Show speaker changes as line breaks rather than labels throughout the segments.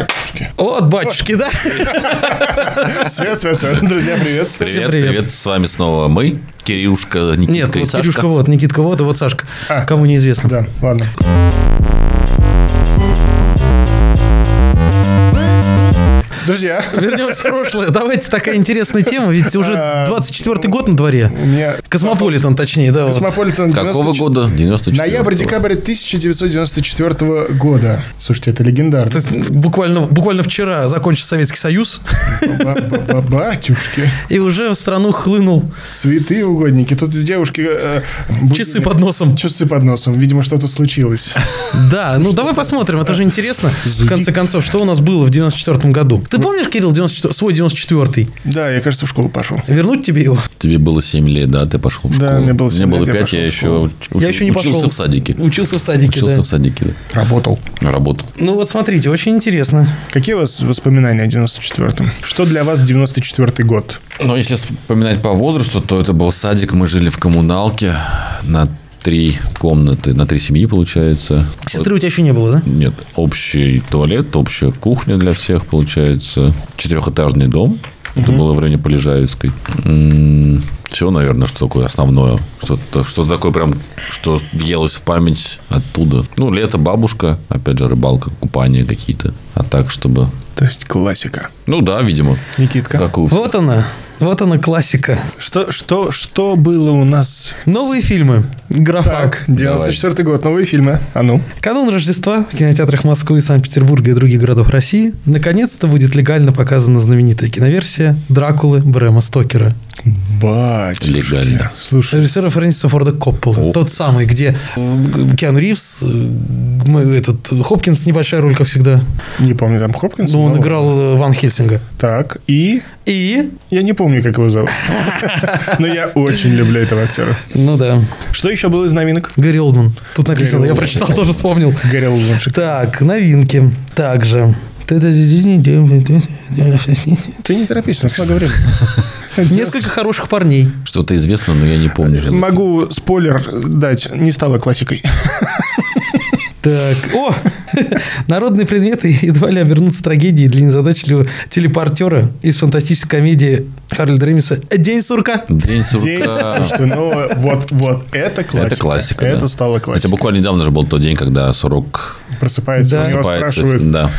Батюшки. А,
От, батюшки, да?
Свет, свет, свет. Друзья, приветствую.
Всем
Привет,
привет.
привет, С вами снова мы, Кирюшка, Никитка
Нет,
и
вот
Сашка.
Кирюшка вот, Никитка вот, и вот Сашка.
А.
Кому неизвестно.
Да, ладно. Друзья,
Вернемся в прошлое. Давайте такая интересная тема, ведь уже
А.
24-й год на дворе.
у меня...
Космополитен, точнее, да. вот.
Космополитен
Какого
94
года? 94
Ноябрь-декабрь 1994 года. Слушайте, это легендарно.
То есть, буквально, буквально вчера закончился Советский Союз,
Ба-ба-ба- Батюшки,
и уже в страну хлынул
святые угодники. Тут девушки... э, будильник-
часы под носом.
Часы под носом. Видимо, что-то случилось.
Да, ну давай посмотрим, это же интересно. В конце концов, что у нас было в 94-м году? Ты помнишь, Кирилл, 94 свой 94-й?
Да, я, кажется, в школу пошел.
Вернуть тебе его?
Тебе было 7 лет, да? Ты пошел в
Да,
школу.
мне было семь лет, я
5,
пошел
я,
в
еще,
школу.
уч-
Я еще не
учился
пошел.
в садике.
Учился в садике,
Учился
да.
в садике,
Работал.
да. Работал.
Ну вот смотрите, очень интересно.
Какие у вас воспоминания о 94-м? Что для вас 94-й год?
Но если вспоминать по возрасту, то это был садик. Мы жили в коммуналке на три комнаты, на три семьи, получается.
Сестры у тебя еще не было, да?
Нет, общий туалет, общая кухня для всех, получается. Четырехэтажный дом. Это было в районе Полежаевской. Все, наверное, что такое основное. Что-то, что такое прям, что въелось в память оттуда. Ну, лето, бабушка, опять же, рыбалка, купание какие-то. А так, чтобы...
То есть классика.
Ну да, видимо.
Никитка.
Как у...
Вот она, вот она классика.
Что, что, что было у нас?
Новые фильмы. Графак.
Так, 94-й год, новые фильмы. А ну.
Канун Рождества в кинотеатрах Москвы, Санкт-Петербурга и других городов России наконец-то будет легально показана знаменитая киноверсия «Дракулы» Брэма Стокера.
Батюшки.
Легально.
Слушай,
Режиссера Фрэнсиса Форда Коппола.
О.
Тот самый, где э, Киану Ривз, э, мы- этот Хопкинс, небольшая роль, как всегда.
не помню, там Хопкинс?
Но он
Ну,
играл э, Ван Хельсинга.
Так, и...
И,
Я не помню, как его зовут. Но я очень люблю этого актера.
ну да,
Что еще было из новинок?
Гэри Олдман. Тут написано,
Гэри
я
Олдман.
прочитал, тоже вспомнил.
Гарри Луншик.
Так, новинки. Также.
Ты не торопись, у нас много времени.
Несколько хороших парней.
Что-то известно, но я не помню.
Э, Могу спойлер дать, не стала классикой.
Так, о! Народные предметы едва ли обернутся трагедией для незадачливого телепортера из фантастической комедии Харли Дремиса «День сурка».
День сурка.
День, слушайте, ну вот, вот, это классика.
Это классика,
Это
да.
стало
Хотя
классикой.
буквально недавно же был тот день, когда сурок
Просыпается,
Да.
у него
просыпается.
спрашивают,
Да.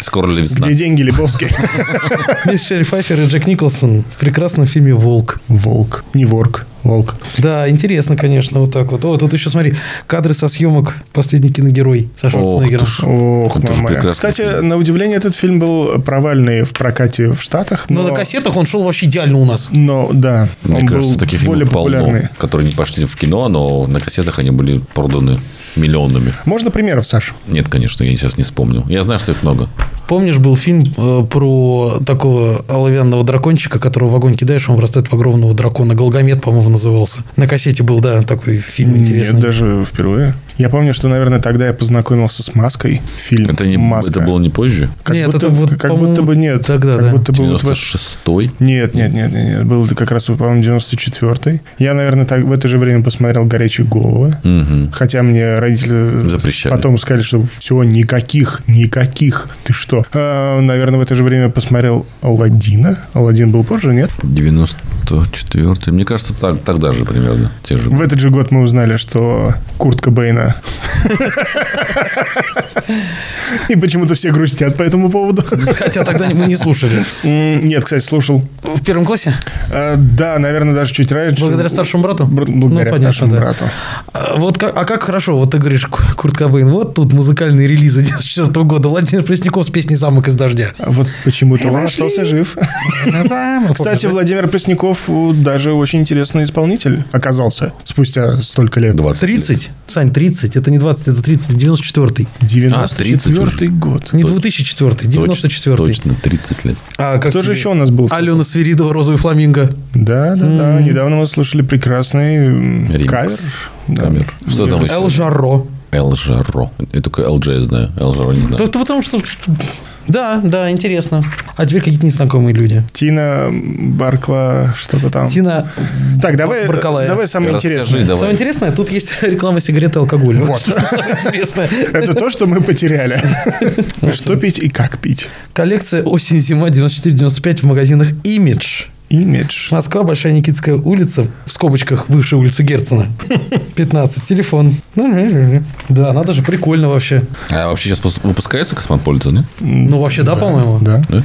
Скоро ли весна?
где деньги, Лебовский?
Мишель Пфайфер и Джек Николсон в прекрасном фильме «Волк».
Волк, не ворк, волк.
Да, интересно, конечно, вот так вот. О, тут еще, смотри, кадры со съемок «Последний киногерой» со Шварценеггером.
ты ж.
Ох,
Это ж
мама.
прекрасный
Кстати,
фильм.
на удивление, этот фильм был провальный в прокате в Штатах.
Но
Но,
Ну, на кассетах он шел вообще идеально у нас.
Но, да,
Мне
он
кажется,
был
таких
более
фильмов полно,
популярный.
которые не пошли в кино, но на кассетах они были проданы миллионами.
Можно примеров, Саш?
Нет, конечно, я сейчас не вспомню. Я знаю, что их много.
Помнишь, был фильм э, про такого оловянного дракончика, которого в огонь кидаешь, он вырастает в огромного дракона. Голгомет, по-моему, назывался. На кассете был, да, такой фильм интересный.
Нет, даже впервые. Я помню, что, наверное, тогда я познакомился с Маской. Фильм
Это, не,
«Маска».
это было не позже?
Как
Нет,
будто,
это вот,
как
по-моему,
будто бы нет.
тогда,
как
да.
будто бы вот в
96-й?
Нет, нет, нет, нет, нет. Был это как раз, по-моему, 94-й. Я, наверное, так в это же время посмотрел «Горячие головы».
Мгм.
Хотя мне родители
Запрещали.
потом сказали, что все, никаких, никаких. Ты что? А, наверное, в это же время посмотрел «Аладдина». «Аладдин» был позже, нет?
94-й. Мне кажется, так, тогда же примерно. Те же.
В этот же год мы узнали, что куртка Бэйна. И почему-то все грустят по этому поводу.
Хотя тогда мы не слушали.
М, Нет, кстати, слушал.
В первом классе?
Э, Да, наверное, даже чуть раньше.
Благодаря старшему брату?
Бр- Благодаря
Ну, понятно,
старшему
да.
брату.
А Вот как, а как хорошо, вот ты говоришь, Ку- Курт Кобейн, вот тут музыкальные релизы 94 года, Владимир Пресняков с песней «Замок из дождя».
А Вот почему-то он остался жив. Кстати, Владимир Пресняков э, даже очень интересный исполнитель оказался спустя столько лет.
20 лет.
30, Сань, 30, это не 20, это 30, 94
А, 30
94 год.
не
Точно.
2004
Точ-
94
Точно, 30 лет.
А как
Кто же
тебе?
еще у нас был?
Алена Свиридова, «Розовый фламинго».
Да, да, да. Недавно мы слушали прекрасный м,
Ремикс.
кавер. Да.
Камер. Что там?
Эл Жарро.
Элжаро. Я только LJ знаю. Элжаро не знаю.
Ну, это потому что... Да, да, интересно. А теперь какие-то незнакомые люди.
Тина Баркла, что-то там.
Тина
Так, давай, э,
Баркалая.
давай самое
Расскажи,
интересное.
давай.
Самое интересное, тут есть реклама сигарет и алкоголя.
Вот.
Что самое интересное.
Это то, что мы потеряли. Что пить и как пить.
Коллекция осень-зима 94-95 в магазинах Image.
Имидж.
Москва, Большая Никитская улица, в скобочках бывшая улица Герцена. 15. Телефон. Да, надо же, прикольно вообще.
А вообще сейчас выс- выпускается космополитен, нет?
Ну, вообще, да, по-моему?
Да.
Да?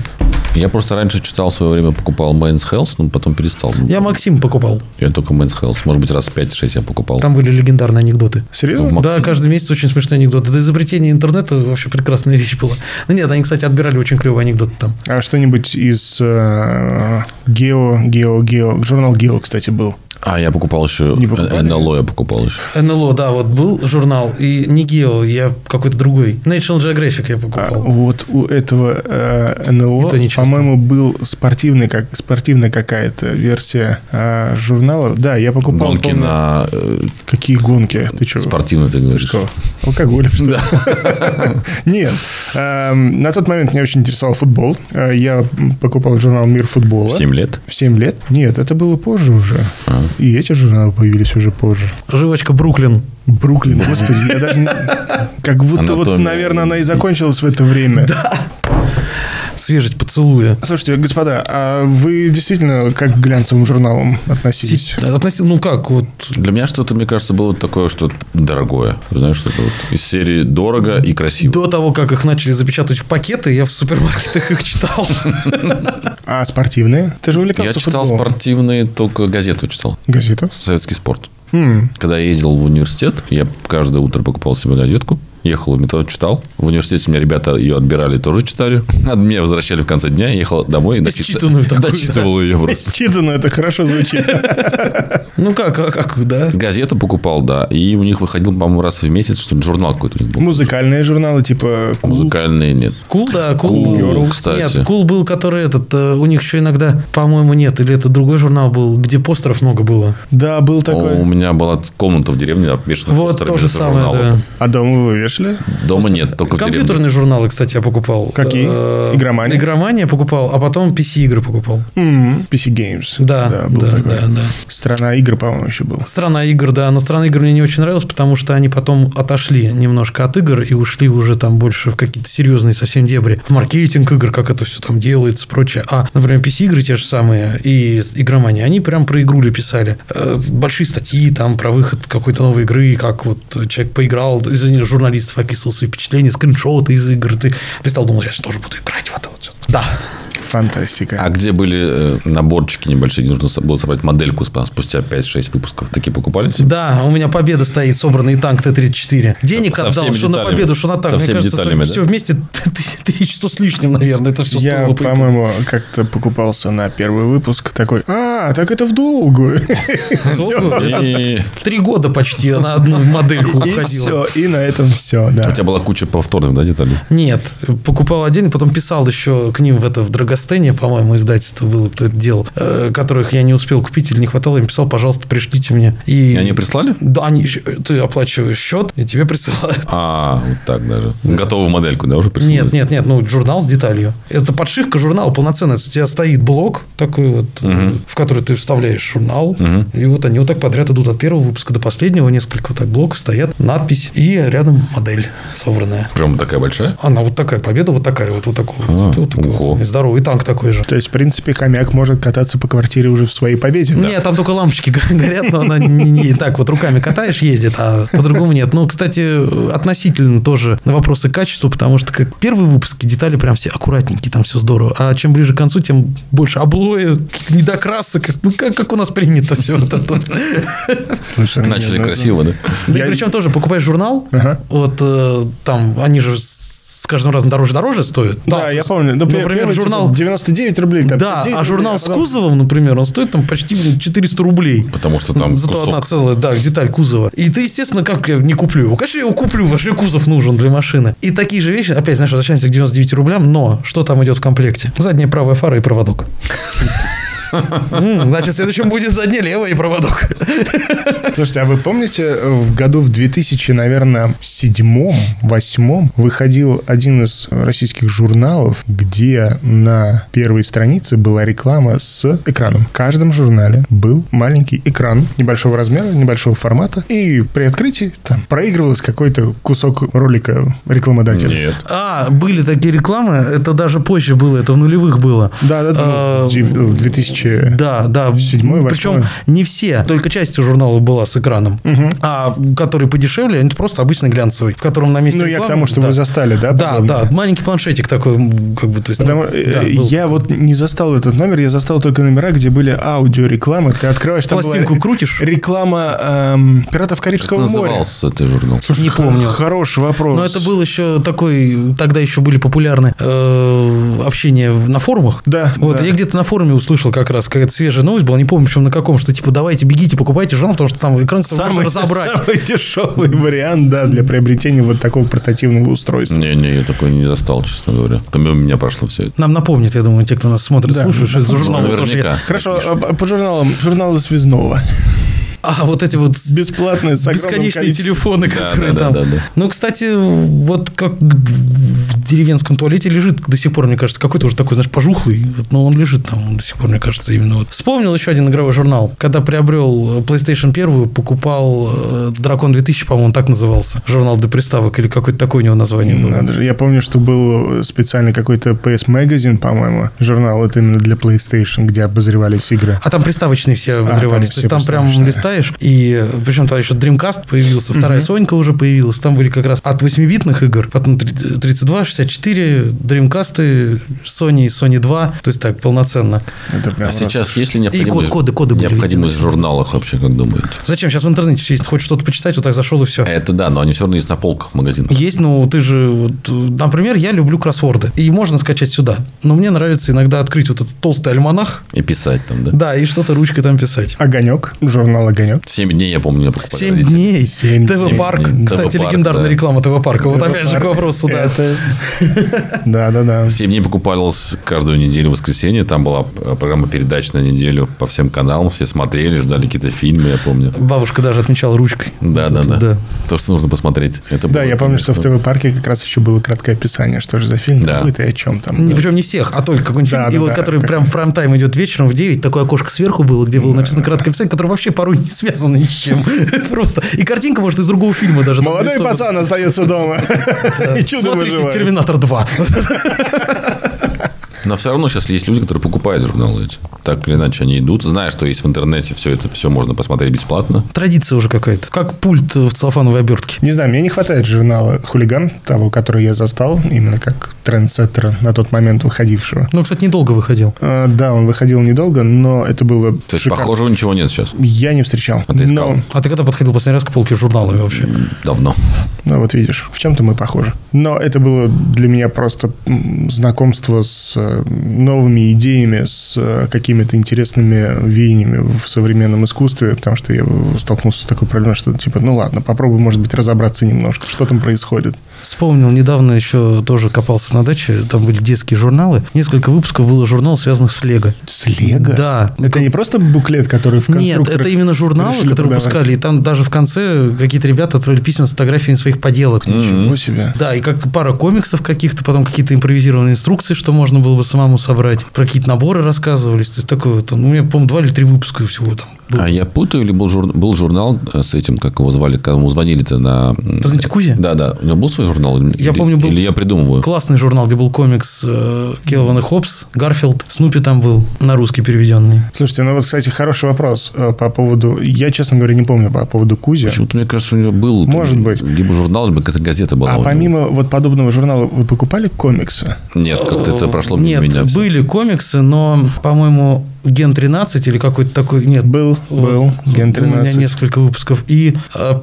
Я просто раньше читал в свое время, покупал Man's Health, но потом перестал.
Я Максим покупал.
Я только Man's Health. Может быть, раз 5-6 я покупал.
Там были легендарные анекдоты.
Серьезно?
Мак-
Да, каждый месяц очень смешные анекдоты. До изобретения интернета вообще прекрасная вещь была. Ну нет, они, кстати, отбирали очень клевые анекдоты там.
А что-нибудь из э, Гео, Гео, Гео. Журнал Гео, кстати, был.
А, я покупал еще...
Не покупали?
НЛО я покупал еще.
НЛО, да, вот был журнал, и не Гео, я какой-то другой. National Geographic я
А
покупал.
вот у этого э, НЛО,
И то не часто.
по-моему, был спортивный, как, спортивная какая-то версия э, журнала. Да, я покупал.
Гонки
помню.
на э,
Какие гонки? Ты что?
спортивные, ты
Ты
говоришь.
что? Алкоголь, что ли?
Да.
Нет. Эм, На тот момент меня очень интересовал футбол. Э, Я покупал журнал «Мир футбола».
7 лет.
В 7 лет? Нет, это было позже уже.
А.
И эти журналы появились уже позже.
Жвачка Бруклин.
Бруклин, господи, я даже... не- Как будто вот,
Анатомия.
наверное, она и закончилась в это время.
Свежесть поцелуя.
Слушайте, господа, а вы действительно как к глянцевым журналам относились?
Относи- Ну как, вот
Для меня что-то, мне кажется, было такое, что дорогое. Знаешь, что-то вот из серии дорого и красиво.
до того, как их начали запечатывать в пакеты, я в супермаркетах их читал.
А спортивные? Ты же увлекался
Я читал
футболом.
спортивные, только газету читал.
Газету?
Советский спорт.
Хм,
Когда я ездил в университет, я каждое утро покупал себе газетку, ехал в метро, читал. В университете у меня ребята ее отбирали, тоже читали. А меня возвращали в конце дня, я ехал домой и дочит-
Исчитанную такую,
дочитывал ее просто.
Считано, это хорошо звучит.
Ну как, а как, да?
Газету покупал, да. И у них выходил, по-моему, раз в месяц, что ли, журнал какой-то у них был.
Музыкальные журналы, типа «Кул»,
Музыкальный нет.
Кул, да, кул.
Cool
был.
Girl, кстати.
Нет, кул был, который этот, э, у них еще иногда, по-моему, нет, или это другой журнал был, где постеров много было.
Да, был
О, У
такой.
меня была комната в деревне, обвешана
Вот
постерами
то же
этого
самое,
журнала.
да.
А дома вы вешали?
Дома нет, только в деревне.
Компьютерные журналы, кстати, я покупал.
Какие?
Э,
Игромания?
Игромания покупал, а потом PC-игры покупал.
М, PC Games.
Да,
Да,
да,
был
да,
такой.
да,
Страна игр, по-моему, еще был.
Страна игр, да, но страна игр мне не очень нравилась, потому что они потом отошли немножко от игр и ушли уже там больше в какие-то серьезные совсем дебри. В маркетинг игр, как это все там делается, прочее. А, например, PC-игры те же самые и с- игромания, они прям про игрули писали. Э, Большие статьи там про выход какой-то новой игры, как вот человек поиграл, из журналистов описывал свои впечатления, скриншоты из игр. Ты листал, думал, я сейчас тоже буду играть в это вот сейчас. Да,
Фантастика.
А где были э, наборчики небольшие, где нужно со- было собрать модельку спа- спустя 5-6 выпусков? Такие покупали?
Да, у меня победа стоит, собранный танк Т-34. Денег
Типа. Со
отдал,
всеми
что на
деталями.
победу, что на танк.
Со
Мне
всеми
кажется,
деталями,
все
да?
вместе ты- тысячу с лишним, наверное. Это все
Я,
стоило по итогу.
по-моему, как-то покупался на первый выпуск такой. А, так это в долгую.
Долго? Это
И
Три года почти на одну модельку
И все,
уходила.
и на этом все,
у
да.
тебя была куча повторных, да, деталей?
Нет, покупал отдельно, потом писал еще к ним в это в Драгостене, по-моему, издательство было, кто это делал, э, которых я не успел купить или не хватало, им писал, пожалуйста, пришлите мне.
И они прислали?
Да, они, ещё- ты оплачиваешь счет, и тебе присылают.
А, вот так даже. Готовую модельку, да, уже прислали?
Нет, нет, нет, ну журнал с деталью. Это подшивка журнала полноценная. У тебя стоит блок такой вот, э, в который ты вставляешь журнал, и вот они вот так подряд идут от первого выпуска до последнего, несколько вот так блоков стоят, надпись и рядом модель собранная.
Прям такая большая?
Она вот такая победа, вот такая вот, вот такой вот,
А,
вот такой
ухо.
вот. И здоровый танк такой же.
То есть, в принципе, хомяк может кататься по квартире уже в своей победе.
Нет, там только лампочки го- горят, но она не, не так вот руками катаешь, ездит, а по-другому нет. Ну, кстати, относительно тоже на вопросы качества, потому что как первые выпуски детали прям все аккуратненькие, там все здорово. А чем ближе к концу, тем больше облоя, каких-то недокрасок. Ну, как, как у нас принято все вот это.
Слушай, ну,
Начали
нет, ну,
красиво, да?
Да
Я-
и причем тоже покупаешь журнал,
Ага.
вот э, там они же с с каждым разом дороже-дороже стоят.
Да, типа, я
то
помню.
есть,
Например,
ну, Например, журнал...
99 рублей. там,
Да,
59
а журнал
рублей,
с
потом-
кузовом, например, он стоит там почти блин, 400 рублей.
Потому что там
Зато
кусок.
одна целая, да, деталь кузова. И ты, естественно, как я не куплю его? Конечно, я его куплю, потому что мне кузов нужен для машины. И такие же вещи, опять, знаешь, возвращаемся к 99 рублям, но что там идет в комплекте? Задняя правая фара и проводок. М, Значит, следующим будет задний левый и проводок.
Слушайте, а вы помните, в году в 2000, наверное, седьмом, восьмом выходил один из российских журналов, где на первой странице была реклама с экраном. В каждом журнале был маленький экран небольшого размера, небольшого формата, и при открытии там проигрывалось какой-то кусок ролика рекламодателя.
Нет.
А, были такие рекламы, это даже позже было, это в нулевых было.
Да, да, да.
А,
ну, дев- в 2000...
Да, да.
Седьмой, восьмой.
Причем не все, только часть журнала была с экраном. А который подешевле, это просто обычный глянцевый, в котором на месте
Ну, я к
рекламы-
тому, что
да.
вы застали, да?
Да,
подобное?
да, маленький планшетик такой, м, как бы, то есть... ну,
Потому- э,
да, был.
я вот не застал этот номер, я застал только номера, где были аудиорекламы. Ты открываешь там была
Пластинку
ре-
крутишь?
Реклама эм, пиратов Карибского моря.
Назывался ты журнал.
Не
Х-
помню.
Хороший вопрос.
Но это был еще такой, тогда еще были популярны э, общения в- на форумах.
Да,
Вот,
да.
я где-то на форуме услышал как раз, какая-то свежая новость была, не помню, причем на каком, что типа давайте бегите, покупайте журнал, потому что там экран кто-то
самый,
может разобрать.
самый дешевый вариант, да, для приобретения вот такого портативного устройства.
Не-не, я такой не застал, честно говоря. Там мимо меня прошло все это.
Нам напомнит, я думаю, те, кто нас смотрит,
Да,
слушают, что это за журнал. потому что я-
Наверняка.
Хорошо, а по журналам. Журналы Связного.
А вот эти вот
Бесплатные, с огромным
бесконечные
количеством.
телефоны,
Да,
которые
да, да,
там.
да, да.
Ну, кстати, вот как в деревенском туалете лежит до сих пор, мне кажется, какой-то уже такой, знаешь, пожухлый, вот, но он лежит там он до сих пор, мне кажется, именно вот. Вспомнил еще один игровой журнал. Когда приобрел э, PlayStation 1, покупал э, Дракон 2000, по-моему, он так назывался. Журнал до приставок или какое-то такое у него название было.
ну Надо же. Я помню, что был э, специальный какой-то PS Magazine, по-моему, журнал, это именно для PlayStation, где обозревались игры.
А там приставочные все обозревались.
там
То есть
все
там прям
приставочные.
листаешь. И э, причем там еще Dreamcast появился, вторая Сонька уже появилась. Там были как раз от 8-битных игр, ну, потом 30 32, 64, Dreamcast, Sony, Sony 2. То есть так полноценно.
Это прям
А сейчас есть ли
код-
необходимость,
коды- коды были
необходимость в
везде.
журналах вообще, как думаете?
Зачем? Сейчас в интернете все есть. Хочешь что-то почитать, вот так зашел и все.
Это да, но они все равно есть на полках магазинов.
Есть, ну ты же, вот, э, например, я люблю кроссворды. И можно скачать сюда. Но мне нравится иногда открыть вот этот толстый альманах.
И писать там, да?
Да, и что-то ручкой там писать.
Огонек, журнал Огонек.
Семь дней, я помню, я покупал.
Семь дней.
Семь
ТВ-парк.
дней.
Кстати,
«ТВ-парк»,
легендарная
да.
реклама ТВ-парка. Вот опять же к вопросу, да.
Это- Да, да, да.
Семь дней покупалось каждую неделю в воскресенье. Там была э, программа передач на неделю по всем каналам. Все смотрели, ждали какие-то фильмы, я помню.
Бабушка даже отмечала ручкой.
Да, да,
Вот это
да, То, что нужно посмотреть. Это
Да,
было,
я помню, что в
конечно.
ТВ-парке как раз еще было краткое описание, что же за фильм
Да.
какой-то и о чем там.
Не- Причем не всех, а только какой-нибудь
Да,
фильм.
да,
И вот
да.
который прям в прайм-тайм идет вечером в 9, такое окошко сверху было, где было написано краткое описание, которое вообще порой не связано ни с чем. Просто. И картинка, может, из другого фильма даже. там
Молодой
нарисована.
пацан остается дома.
Да.
И чудо
Смотрите
выживает.
«Терминатор 2».
Но все равно сейчас есть люди, которые покупают журналы эти. Так или иначе, они идут, зная, что есть в интернете все это, все можно посмотреть бесплатно.
Традиция уже какая-то. Как пульт в целлофановой обертке.
Не знаю, мне не хватает журнала «Хулиган», того, который я застал, именно как трендсеттера на тот момент выходившего.
Ну, кстати, недолго выходил.
Э, Да, он выходил недолго, но это было
То есть,
шикарно.
похожего ничего нет сейчас.
Я не встречал.
ты искал?
Но,
А ты когда подходил последний раз к полке с журналами вообще?
Давно.
ну, вот видишь, в чем-то мы похожи. Но это было для меня просто м, знакомство с э, новыми идеями, с э, какими-то интересными веяниями в современном искусстве, потому что я столкнулся с такой проблемой, что типа, ну ладно, попробуй, может быть, разобраться немножко, что там происходит.
Вспомнил, недавно еще тоже копался на даче, там были детские журналы. Несколько выпусков было журналов, связанных с Лего.
С Лего?
Да.
Это не просто буклет, который в
Нет,
конструкторах
это именно журналы,
решили
которые
продавать?
пускали. И там даже в конце какие-то ребята отправили письма с фотографиями своих поделок.
Ничего себе.
Да, и как пара комиксов каких-то, потом какие-то импровизированные инструкции, что можно было бы самому собрать. Про какие-то наборы рассказывались. То есть такое вот. ну, У меня, по-моему, два или три выпуска всего там. было.
А я путаю, или был, жур- был журнал э, с этим, как его звали, когда ему звонили-то на... м,
Позвоните, Кузе?
Да, да. У него был свой журнал? Или-
Я помню, был-
Или я придумываю?
Классный журнал, где был комикс э, Келвин и Хопс, Гарфилд, Снупи там был, на русский переведенный.
Слушайте, ну вот, кстати, хороший вопрос э, по поводу... Я, честно говоря, не помню по поводу Кузи.
Почему-то, мне кажется, у него был... там
Может быть.
Либо журнал, либо какая-то газета была. у
А
него.
помимо вот подобного журнала вы покупали комиксы?
Нет, как-то это прошло мимо
Нет,
меня. всё.
были комиксы, но, по-моему, Ген 13 или какой-то такой... Нет,
Был, был. Ген
Э, Ну, У меня
13.
несколько выпусков. И э,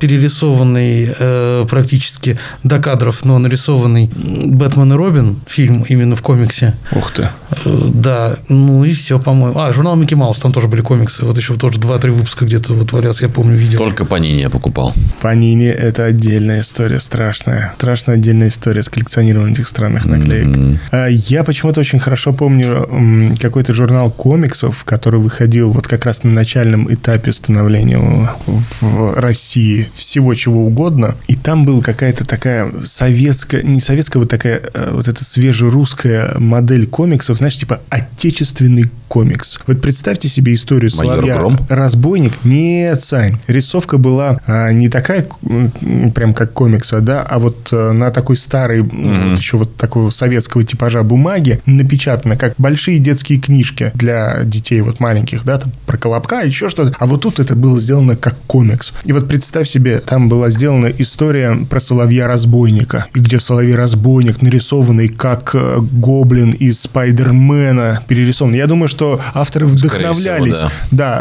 перерисованный э, практически до кадров, но нарисованный м, «Бэтмен и Робин» фильм именно в комиксе.
Ух ты.
Э, да, ну и все, по-моему. А, журнал «Микки Маус», там тоже были комиксы. Вот еще тоже 2-3 выпуска где-то вот валялся, я помню, видел.
Только по ней я покупал.
Панини – это отдельная история, страшная. Страшная отдельная история с коллекционированием этих странных наклеек.
М.
А Я почему-то очень хорошо помню м, какой-то журнал комиксов, Калашников, который выходил вот как раз на начальном этапе становления в России всего чего угодно. И там была какая-то такая советская, не советская, вот такая э, вот эта свежерусская модель комиксов, знаешь, типа отечественный комикс. Вот представьте себе историю
Майор
Соловья.
Гром?
Разбойник? Нет, Сань. Рисовка была а, не такая, м, прям как комикса, да, а вот э, на такой старой, м, вот еще вот такого советского типажа бумаги напечатано, как большие детские книжки для детей вот маленьких, да, там про Колобка, еще что-то. А вот тут это было сделано как комикс. И вот представь себе, там была сделана история про Соловья-разбойника, и где Соловей-разбойник нарисованный как э, гоблин из Спайдермена перерисован. Я думаю, что авторы вдохновлялись
всего, да.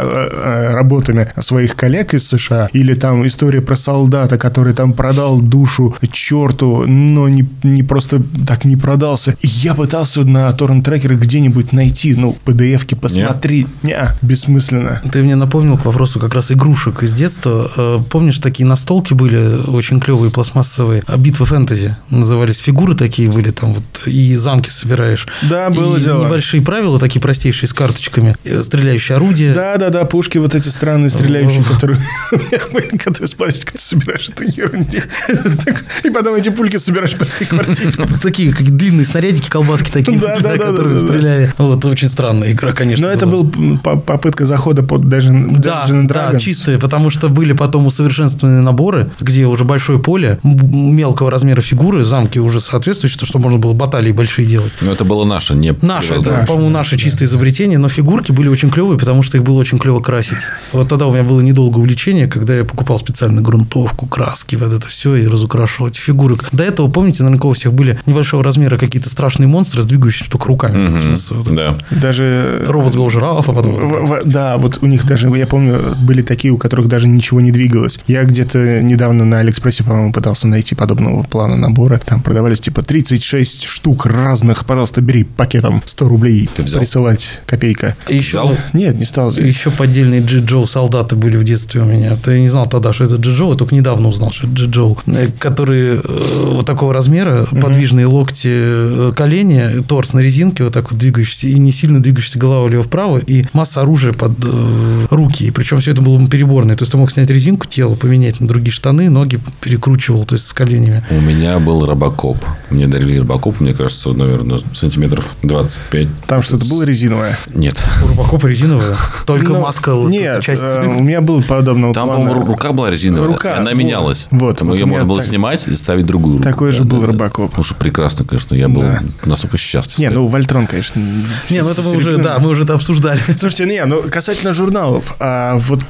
да, э, э, работами своих коллег из США, или там история про солдата, который там продал душу черту, но не, не просто так не продался. И я пытался на торрент-трекере где-нибудь найти, ну, PDF-ки посмотреть. Неа, бессмысленно.
Ну, Ты мне напомнил к вопросу как раз игрушек из детства. Э, Помнишь, такие настолки были очень клевые, пластмассовые, а битвы фэнтези назывались. Фигуры такие были там, вот, и замки собираешь.
Да, было
и
дело.
небольшие правила, такие простейшие, с карточками, э, стреляющие орудия.
Да-да-да, пушки вот эти странные, стреляющие, которые... Которые с пластика ты собираешь, это ерунде. И потом эти пульки собираешь по всей квартире.
Ну, Такие, как длинные снарядики, колбаски такие,
Да, да, да,
которые
да, да.
стреляли. Вот, очень странная игра, конечно.
Но это
была.
была попытка захода под Dungeon
Да,
Dungeon and
да,
Dragons.
чистые, потому что были потом усовершенствованные наборы, где уже большое поле, м- мелкого размера фигуры, замки уже соответствующие, чтобы можно было баталии большие делать.
Но это было наше, не
Наше, это,
переработанное.
по-моему, наше чистое изобретение, но фигурки были очень клевые, потому что их было очень клево красить. Вот тогда у меня было недолгое увлечение, когда я покупал специально грунтовку, краски, вот это все, и разукрашивал эти фигуры. До этого, помните, наверняка у всех были небольшого размера какие-то страшные монстры, с двигающимися только руками. В смысле, вот
Да.
Даже э,
Робот с головой жирафа, потом...
Ну,
вот
В- в- да, вот у них даже, я помню, были такие, у которых даже ничего не двигалось. Я где-то недавно на Алиэкспрессе, по-моему, пытался найти подобного плана набора. Там продавались типа 36 штук разных. Пожалуйста, бери пакетом 100 рублей.
Ты взял?
Присылать копейка.
И еще,
Взял?
Нет, не стал.
еще поддельные Джи Джоу солдаты были в детстве у меня. То я не знал тогда, что это Джи Джоу, я только недавно узнал, что это Джи Джоу. Э, Которые э, вот такого размера, подвижные локти, э, колени, торс на резинке, вот так вот двигающийся, и не сильно двигающаяся голова влево-вправо, и масса оружия под э, руки. И причем все это было переборное. То есть ты мог снять резинку, тело поменять на другие штаны, ноги перекручивал, то есть с коленями.
У меня был робокоп. Мне дарили робокоп, мне кажется, наверное, сантиметров 25.
Там что-то было резиновое.
Нет.
У Рубакопа резиновая, только
Ну,
маска, вот эта
Нет,
часть.
э, у меня был подобного
Там,
плана.
по-моему, ру- рука была резиновая.
Рука,
Она
вот.
менялась.
Вот,
Там
вот
ее
у меня
можно было
так-
снимать и ставить другую руку.
Такой же
Да,
был
да, да.
Робокоп.
Ну, что прекрасно, конечно. Я был
Да.
настолько счастлив.
Не,
что
ну Вольтрон, конечно. м,
Не, ну это мы уже, да, мы уже это обсуждали.
Слушайте, не, ну касательно журналов, а вот,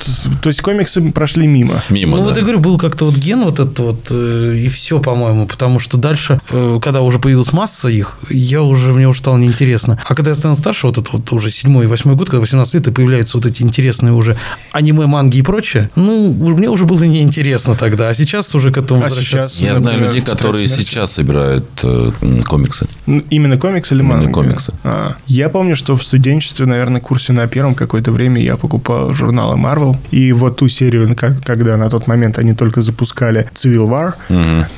то есть комиксы прошли мимо.
Мимо,
Ну,
да.
вот я говорю, был как-то вот ген вот этот вот, э, и все, по-моему, потому что дальше, э, когда уже появилась масса их, я уже, мне уже стало неинтересно. А когда я стал старше, вот это вот уже седьмой, восьмой год, когда 18 лет, и появляются вот эти интересные уже аниме, манги и прочее, ну, у- мне уже было неинтересно тогда, а сейчас уже к этому
А
возвращаться.
сейчас?
Я знаю
Например,
людей, которые
«Тетрадь смерти».
сейчас собирают э, м, комиксы.
Н- Ну, Именно комиксы или
Именно
манги?
комиксы.
А, я помню, что в студенчестве, наверное, курсе на первом какое-то время я покупал журналы Marvel. И вот ту серию, на ко- когда на тот момент они только запускали Civil War,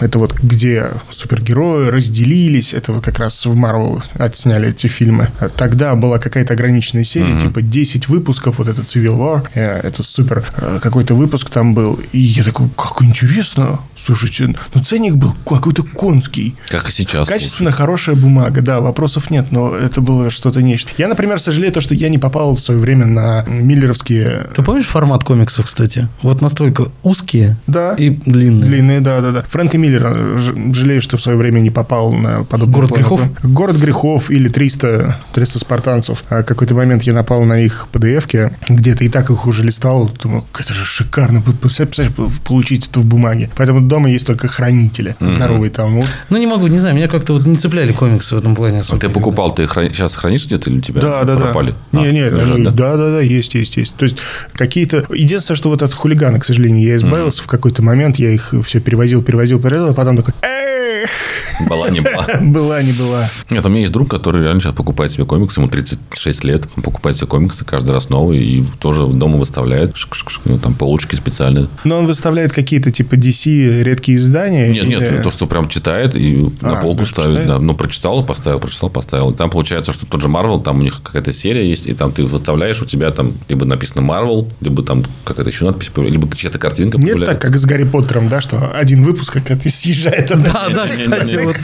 это вот где супергерои разделились, это вот как раз в Marvel отсняли эти фильмы. А Тогда была какая-то ограниченная серия, типа 10 выпусков, вот это Civil War, э, это супер, э, какой-то выпуск там был. И я такой, как интересно, слушайте, ну ценник был какой-то конский.
Как и сейчас.
Качественно хорошая бумага, да, вопросов нет, но это было что-то нечто. Я, например, сожалею то, что я не попал в свое время на миллеровские...
Ты помнишь формат комиксов, кстати? Вот настолько узкие
Да,
и длинные.
длинные, да-да-да. Фрэнка Миллера э, ж- жалею, что в свое время не попал на подобную
«Город
планету».
грехов?
«Город грехов» или 300, 300 спартанцев. А какой-то момент я напал на их PDF-ки, где-то и так их уже листал, думаю, «Как это же шикарно, п- п- представляешь, п- получить это в бумаге. Поэтому дома есть только хранители, здоровый талмуд.
Ну, не могу, не знаю, меня как-то вот не цепляли комиксы в этом плане особо.
А ты покупал, ты сейчас хранишь где-то или у тебя
Да, да,
пропали?
да.
А,
Не, не, э,
лежат,
да?
да?
да, да, есть, есть, есть. То есть какие-то. Единственное, что вот от хулигана, к сожалению, я избавился в какой-то момент, я их все перевозил, перевозил, перевозил, а потом такой. Эх,
Была не была.
Была, не была.
Нет, у меня есть друг, который реально сейчас покупает себе комиксы, ему 36 лет, он покупает себе комиксы каждый раз новые и тоже дома выставляет, Шк-шк-шк, у него там полочки специальные.
Но он выставляет какие-то типа DC редкие издания. э,
Нет, нет,
или-
то, что прям читает и
А,
на полку
даже
ставит.
читает?
Да. Ну, прочитал, поставил, прочитал, поставил. И там получается, что тот же Marvel, там у них какая-то серия есть, и там ты выставляешь, у тебя там либо написано Marvel, либо там какая-то еще надпись, появляется, либо чья-то картинка
Нет так, как с Гарри Поттером, да, что один выпуск, как ты съезжает. от-
Да, А, да, кстати, вот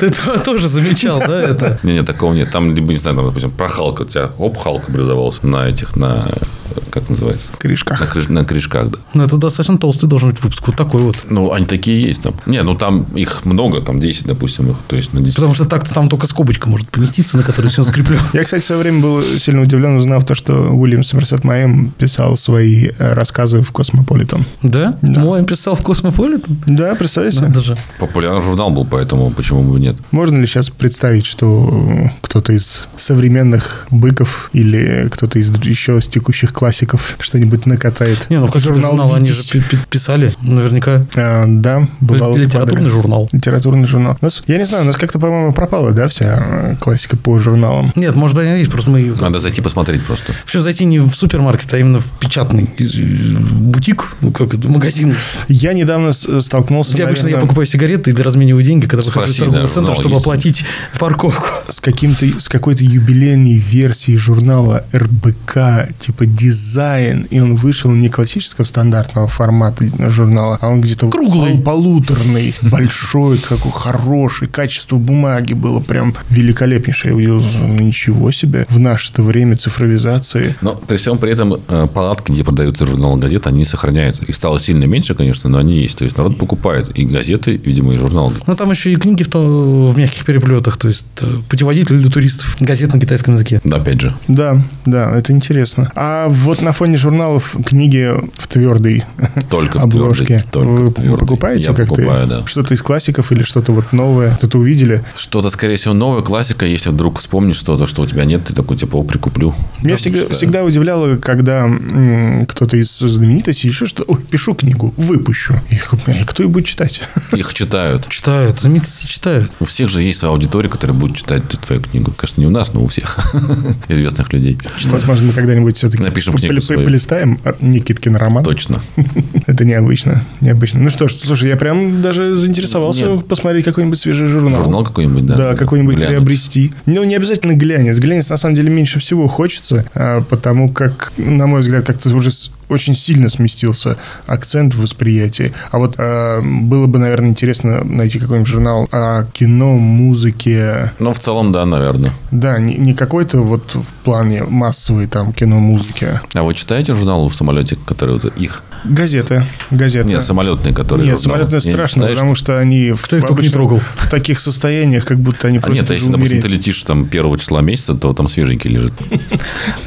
ты то- тоже замечал, да, это?
Не, не, такого нет. Там, либо, не знаю, там, допустим, про Халка. У тебя оп, Халк образовался на этих, на... э, Как называется? На,
крышках.
крыш- на крышках, да.
Ну, это достаточно толстый должен быть выпуск, вот такой вот.
Ну, они такие есть там. Не, ну там их много, там 10, допустим, их. То есть ну, на 10.
Потому что так-то там только скобочка может поместиться, на которой все скреплено.
Я, кстати, в свое время был сильно удивлен, узнав то, что Уильям Сомерсет Майем писал свои э, рассказы в Космополитен.
Да? Мой писал в Космополитен?
Да, представляете? себе?
Надо же.
Популярный журнал был, поэтому почему бы и нет.
Можно ли сейчас представить, что э, кто-то из современных быков или кто-то из еще с текущих классиков что-нибудь накатает?
Не, ну как
Журнал
журнал, они же
«Витязь».
пи- пи- писали, наверняка.
Э, да, бывало.
Литературный
такое.
журнал.
Литературный журнал. У нас- я не знаю, у нас как-то, по-моему, пропала, да, вся э, классика по журналам.
Нет, может быть, они есть, просто мы...
Надо зайти посмотреть просто.
Причем зайти не в супермаркет, а именно в печатный из- в бутик, ну как это, магазин.
Я недавно с- э, столкнулся,
Где обычно я
наверное,
покупаю сигареты или размениваю деньги, когда выхожу из
Спроси,
торгового
да,
центра,
журнал
чтобы
есть.
оплатить парковку.
с, каким-то, с какой-то юбилейной версией журнала РБК, типа дизайн, и он вышел не классического стандартного формата журнала, а он где-то
Круглый.
пол- полуторный, большой, такой хороший, качество бумаги было прям великолепнейшее. Я удивился, ничего себе, в наше-то время цифровизации.
Но при всем при этом э, палатки, где продаются журналы и газеты, они сохраняются. Их стало сильно меньше, конечно, но они есть. То есть народ покупает и газеты, видимо, и журналы.
Ну, там еще и книги в, том- в мягких переплетах, то есть э, путеводитель для туристов, газет на китайском языке.
Да, опять же.
Да, да, это интересно. А вот на фоне журналов книги в твердой
Только в твердой.
обложке.
Только
Вы
в твердой.
покупаете
Я
как-то
покупаю, да.
что-то из классиков или что-то вот новое? Что-то увидели?
Что-то, скорее всего, новая классика. Если вдруг вспомнишь что-то, что у тебя нет, ты такой, типа, о, прикуплю.
Меня всегда, всегда удивляло, когда м, кто-то из знаменитостей еще что Ой, пишу книгу, выпущу. И я такой, «Бля, кто ее будет читать?
Их читают.
Читают, знаменитости читают.
У всех же есть своя аудитория, которая будет читать твою книгу. Конечно, не у нас, но у всех известных людей.
Возможно, мы когда-нибудь все-таки
Напишем книгу свою.
полистаем а, Никиткин роман.
Точно.
Это необычно, необычно. Ну что ж, слушай, я прям даже заинтересовался
Нет.
посмотреть какой-нибудь свежий
Журнал какой-нибудь, да.
Да, какой-нибудь
Глянуть.
приобрести. Ну, не обязательно глянец. Глянец, на самом деле, меньше всего хочется, а, потому как, на мой взгляд, как-то уже с- очень сильно сместился акцент в восприятии. А вот а, было бы, наверное, интересно найти какой-нибудь журнал о кино, музыке.
Ну, в целом, да, наверное.
Да, не, не какой-то вот в плане массовой там кино, музыки.
А вы читаете журналы в самолете, которые вот их...
Газеты. Газеты.
Нет, самолетные, которые...
Нет,
журналы.
самолеты
Я не
страшно,
читаю,
потому что они в-
Кто их только не
обычно
трогал.
в таких состояниях, как будто они
А
просто
нет, а если,
уже
допустим,
умереть.
ты летишь там первого числа месяца, то там свеженький лежит.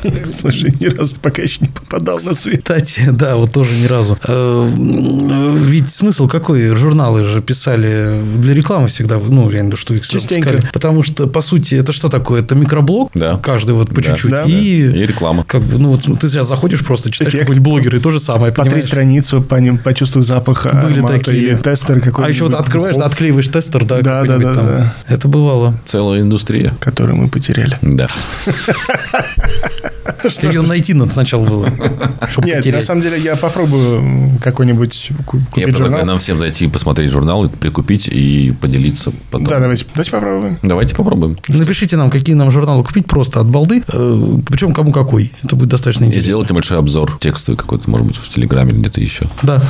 Нет, слушай, ни разу пока еще не попадал на свет.
Кстати, да, вот тоже ни разу. Э, э, Ведь смысл какой? Журналы же писали для рекламы всегда, ну, я имею в виду, что их всегда
Частенько.
выпускали. Потому что, по сути, это что такое? Это микроблог,
Да.
каждый вот по
Да.
чуть-чуть.
Да.
И
И реклама.
как бы, ну, вот ты сейчас заходишь, просто читаешь
Эффект.
какой-нибудь блогер, и то же самое,
По три
понимаешь?
страницу, по ним почувствуй запах
Были
аромата
такие.
или тестер какой-нибудь.
А еще вот открываешь, да, отклеиваешь тестер, да,
Да, да,
какой-нибудь
да,
там.
да.
Это бывало.
Целая индустрия.
Который мы потеряли.
Да.
Ее найти надо сначала было. чтобы
Нет, на
потерять.
самом деле я попробую м, какой-нибудь ку-
Я
купить
предлагаю
журнал.
нам всем зайти и посмотреть журнал, и прикупить и поделиться потом.
Да, давайте, давайте попробуем.
Давайте попробуем.
Напишите нам, какие нам журналы купить просто от балды. Причем кому какой. Это будет достаточно
И
интересно.
сделать небольшой обзор текстовый какой-то, может быть, в Телеграме или где-то еще.
Да.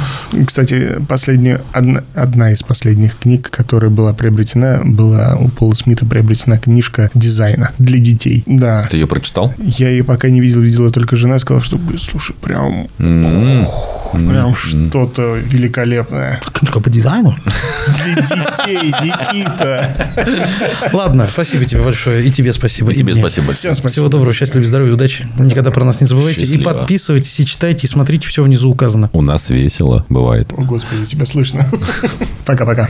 Кстати, последняя, одна, одна из последних книг, которая была приобретена, была у Пола Смита приобретена книжка дизайна для детей. Да.
Ты ее прочитал?
Я ее пока не видел, видела только жена, сказала, что, «Блин, слушай, прям,
М-м.
М.
прям что-то великолепное.
Книжка по дизайну.
Для детей, Никита.
Ладно, спасибо тебе большое. И тебе спасибо.
И Ну, тебе
мне.
спасибо.
Всем спасибо.
Всего доброго, счастливо, здоровья, удачи. Никогда про нас не забывайте. И
Счастливо.
подписывайтесь, и читайте, и смотрите, все внизу указано.
У нас весело бывает.
О, Господи, тебя слышно. Пока-пока.